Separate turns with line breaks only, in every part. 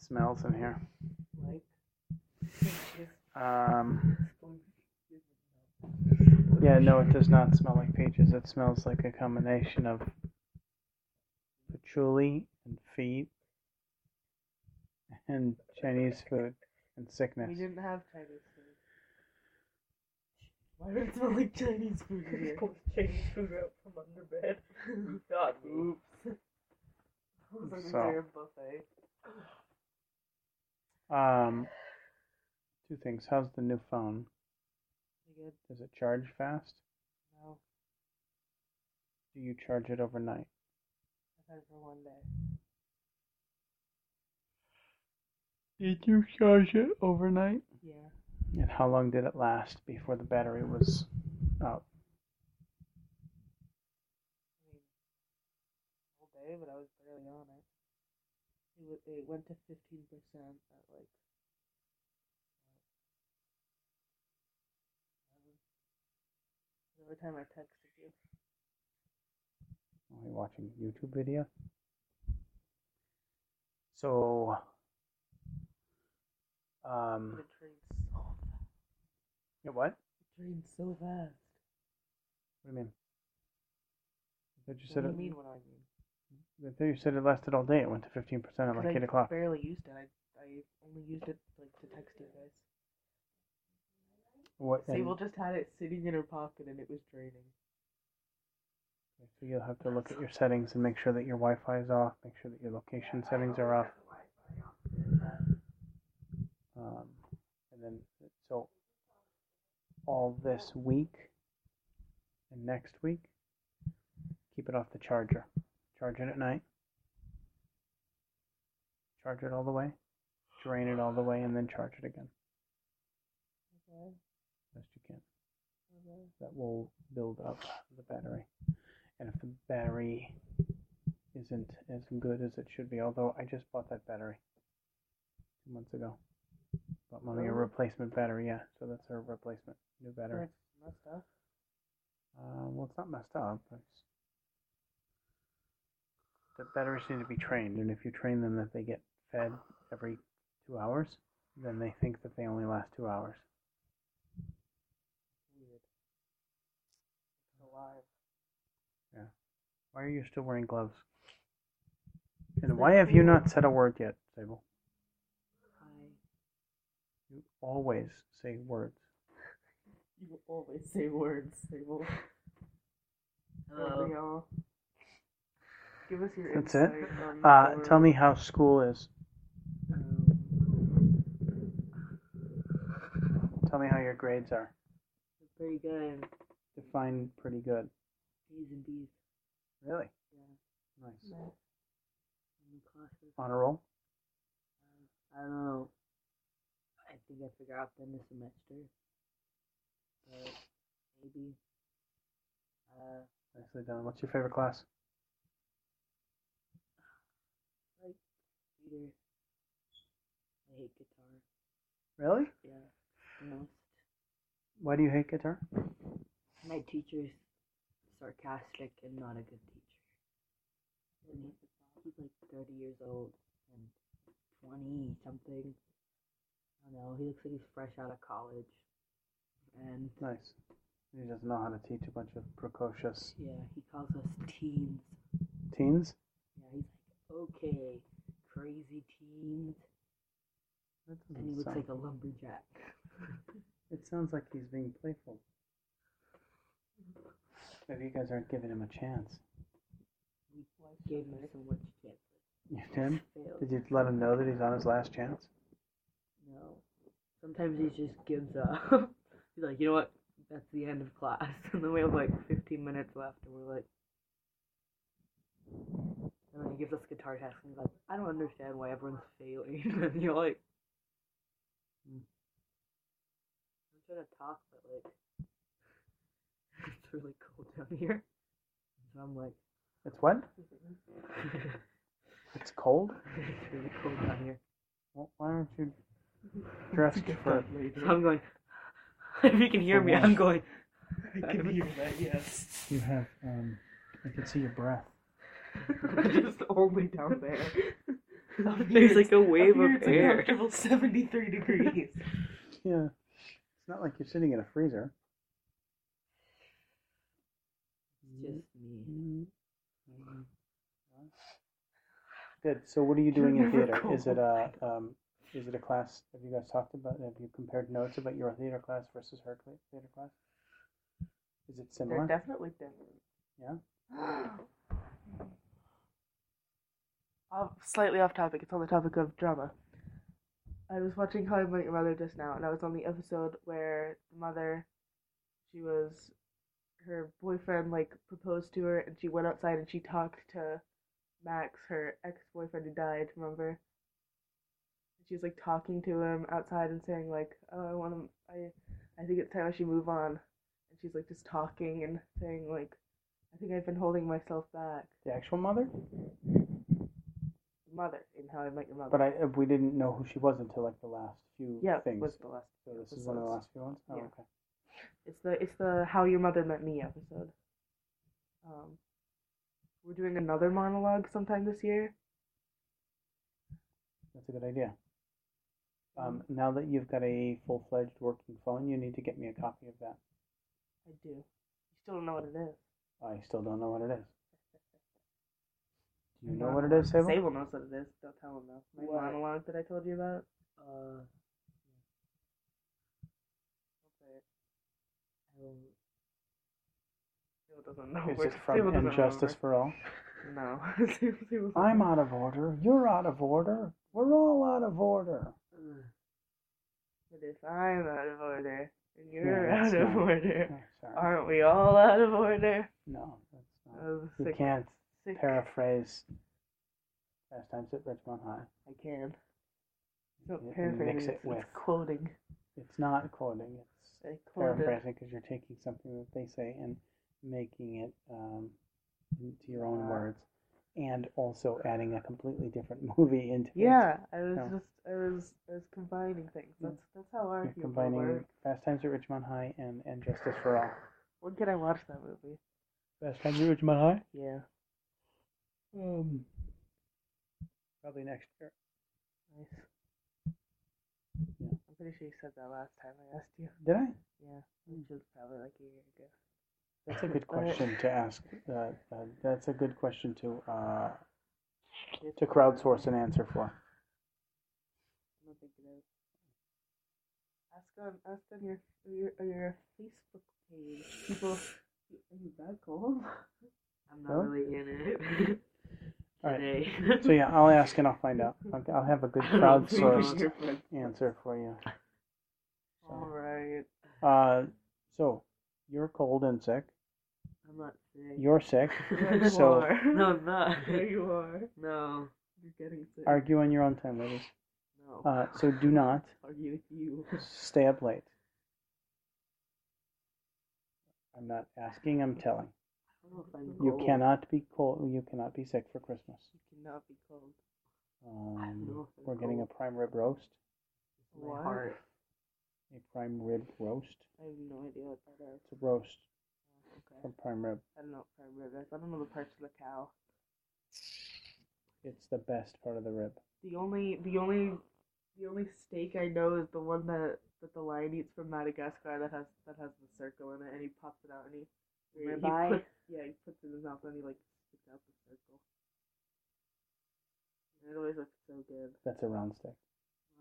smells in here.
Like,
Um, yeah, no, it does not smell like peaches. It smells like a combination of patchouli and feet and Chinese food and
we
sickness.
didn't have Chinese food. Why would it smell like Chinese food
You
here?
pulled Chinese food out from under bed. You got me.
It was an
So.
entire buffet.
Um, two things. How's the new phone?
You good?
Does it charge fast?
No,
Do you charge it overnight?
I've had it for one day.
Did you charge it overnight?
Yeah,
And how long did it last before the battery was out?
I mean, all day, but I was barely on it. It, w- it went to 15% at like. The other time I texted you.
Are you watching a YouTube video? So, um,
It
Mm.
drained so fast.
yeah, what?
It drained so fast.
What do you mean? I thought you
What
said
do
it.
you mean what I mean?
I thought you said it lasted all day. It went to fifteen percent at like
Because
eight
I
o'clock.
barely used it. I, I only used it like to text you guys.
What? and-
Sable just had it sitting in her pocket and it was draining.
so you'll have to look at your settings and make sure that your Wi-Fi is off. Make sure that your location settings are off. Um, and then so all this week and next week, keep it off the charger. Charge it at night. Charge it all the way. Drain it all the way, and then charge it again
Okay.
best you can.
okay.
that will build up the battery. And if the battery isn't as good as it should be, although I just bought that battery two months ago. Bought mommy a
Oh.
replacement battery, yeah. So that's her replacement, new battery.
That's messed up.
Uh, well, it's not messed up. But it's... The batteries need to be trained, and if you train them that they get fed every two hours, then they think that they only last two hours.
Weird. It's alive.
Why are you still wearing gloves? And
Because
why
I
have you
feel-
not said a word yet, Sable?
Hi.
You always say words.
You always say words, Sable.
Um,
Gabrielle, Give us your
That's it?
insight on
Uh,
your-
tell me how school is.
Um,
Tell me how your grades are.
pretty good.
Define pretty good.
B's and B's.
Really?
Yeah.
Nice.
Math. And the classes.
Honor roll?
I don't know. I think I forgot them this semester. But maybe. Uh,
Nicely done. What's your favorite class?
theater. I hate guitar.
Really?
Yeah. the Most.
Why do you hate guitar?
My teacher's sarcastic and not a good teacher. And he- he's like 30 years old and 20 something. I don't know. He looks like he's fresh out of college. And
Nice. He doesn't know how to teach a bunch of precocious
yeah, he calls us teens.
teens.
Yeah, he's like, okay, crazy teens.
That
And he
doesn't
looks
sound.
like a lumberjack.
It sounds like he's being playful. Maybe you guys aren't giving him a chance.
We gave him so much chance.
You did?
Failed.
Did you let him know that he's on his last chance?
No. Sometimes he just gives up. He's like, you know what? That's the end of class. And then we have like 15 minutes left, and we're like. And then he gives us a guitar test, and he's like, I don't understand why everyone's failing. and you're like.
Hmm.
I'm trying to talk, but like. It's really cold down here. So I'm like.
It's what?
it's
It's cold?
really cold down here.
Well, why aren't you dressed for.
So I'm going. if you can hear
For
me,
what?
I'm going.
I can hear that, yes.
You have, um, I can see your breath.
just only down there.
There's like a wave
Up here
of
it's a
air.
comfortable 73 degrees.
Yeah. It's not like you're sitting in a freezer.
Just me.
Mhm. Good. So, what are you doing in
You're
theater? Is
cold.
it a um, is it a class? Have you guys talked about? Have you compared notes about your theater class versus her cla- theater class? Is it
They're
similar?
definitely different.
Yeah.
Off- slightly off topic. It's on the topic of drama. I was watching How I Met Your Mother just now, and I was on the episode where the mother, she was, her boyfriend like proposed to her, and she went outside and she talked to Max, her ex-boyfriend who died. Remember? She was like talking to him outside and saying like, "Oh, I want to, I, I think it's time I should move on." And she's like just talking and saying like, "I think I've been holding myself back."
the actual mother,
mother in How I Met Your Mother.
but I uh, we didn't know who she was until like the last few
yeah,
things.
was the last.
so this
was
is one of the
those.
last few ones. Oh,
Yeah.
okay.
It's the it's the How Your Mother Met Me episode. Um, we're doing another monologue sometime this year.
That's a good idea. Um,
Mm-hmm.
now that you've got a full fledged working phone, you need to get me a copy of that.
I do. You still don't know what it is.
I still don't know what it is. Do you know what it is, Sable?
Sable knows what it is. Don't tell him though. My
What?
monologue that I told you about.
Uh,
Okay.
I will
Sable doesn't know.
Is
where-
it
Sable
from
doesn't
Injustice for All?
remember. No. Sable- Sable-
I'm out of order. You're out of order. We're all out of order.
uh,
But if I'm out of order and
No,
you're
that's
out of
not-
order,
Oh, sorry.
aren't we all out of order?
No, that's not.
Oh,
You
sick-
can't
sick.
paraphrase Last Times at Richmond High.
I can. It's not
You- you
paraphrasing.
mix it
it's, it's
with-
quoting.
It's not quoting, it's
I quoted.
paraphrasing because you're taking something that they say and making it um, into your own
Ah.
words and also adding a completely different movie into it.
Yeah, I was
No.
just, I was, I was combining things.
Yeah.
That's that's how our
Mm. You're
people
combining
work.
Fast Times at Richmond High and, and Justice for All.
When can I watch that movie?
Fast Times at Richmond High?
Yeah,
Um, probably next year.
nice.
Yeah.
I'm pretty sure you said that last time I asked you.
Did I?
Yeah, which
Mm.
was probably like a year ago.
That's a good
All right.
question to ask. Uh, uh, that's a good question to uh,
It's
to crowdsource an answer for.
I don't think it is. Ask on, ask on your your your Facebook page. People, are you that cold?
I'm not
No?
really in it
All right.
today.
So yeah, I'll ask and I'll find out. I'll, I'll have a good crowdsourced
Your friend.
answer for you.
All right.
Uh, so you're cold and sick.
I'm not sick.
You're sick.
There you
So-
are.
No, I'm not.
there you are.
No.
You're getting sick.
Argue on your own time, ladies.
no.
Uh, so do not
Are you you?
stay up late. I'm not asking. I'm telling.
I don't know if I'm
You
Oh.
cold.
cannot be cold. You cannot be sick for Christmas.
You cannot be cold.
Um,
know if I'm
we're getting a prime rib roast.
My
What?
heart.
A prime rib roast.
I have no idea what that is.
It's a roast
Okay.
from prime rib.
I don't know what prime rib is. I don't know the parts of the cow.
It's the best part of the rib.
The only the only the only steak I know is the one that that the lion eats from Madagascar that has that has the circle in it, and he pops it out and he. he
Ribeye?
puts- yeah, he puts it in his mouth and he like spits out the circle. And it always looks so good.
That's a round steak.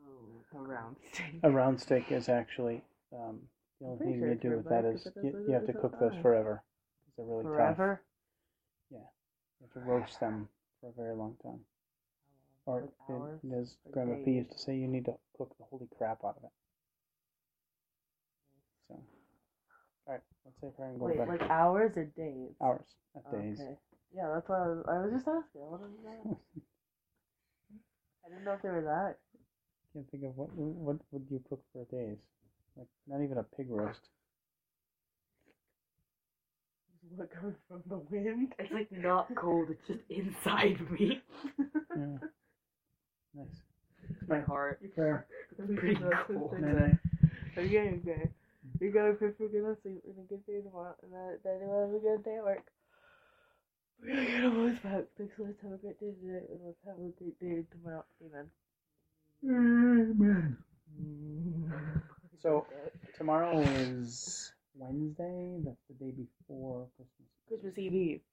Oh.
A round steak.
A round steak is actually um, the only
pretty
thing
sure
you
it's
do
rib
with that
roast,
is you,
but that's what
you
it
have to
is
cook
at
those
mine.
forever. They're really tough.
Forever.
You have to roast them for a very long time. Or
Like hours
it, as
or
Grandma P
days?
used to say, you need to cook the holy crap out of it. So, all right, let's say a prayer and go to
Wait,
bed.
like hours or days?
Hours, not days.
Okay. Yeah, that's why I was, I was just asking. I wanted to know. I didn't know if they were that.
Can't think of what what would you cook for days? Like not even a pig roast.
What comes from the wind?
It's like not cold, it's just inside me.
Yeah. Nice.
My heart.
Prayer.
Pretty cool.
Night night.
Okay, okay. You gotta pray for good sleep and a good day tomorrow, and that, that you'll have a good day at work. We're gonna get over this back. Thanks so much. Have a great day today, and let's have a great day tomorrow. Amen.
Amen.
Mm.
So tomorrow is Wednesday. That's the day before Christmas.
Christmas Eve Eve.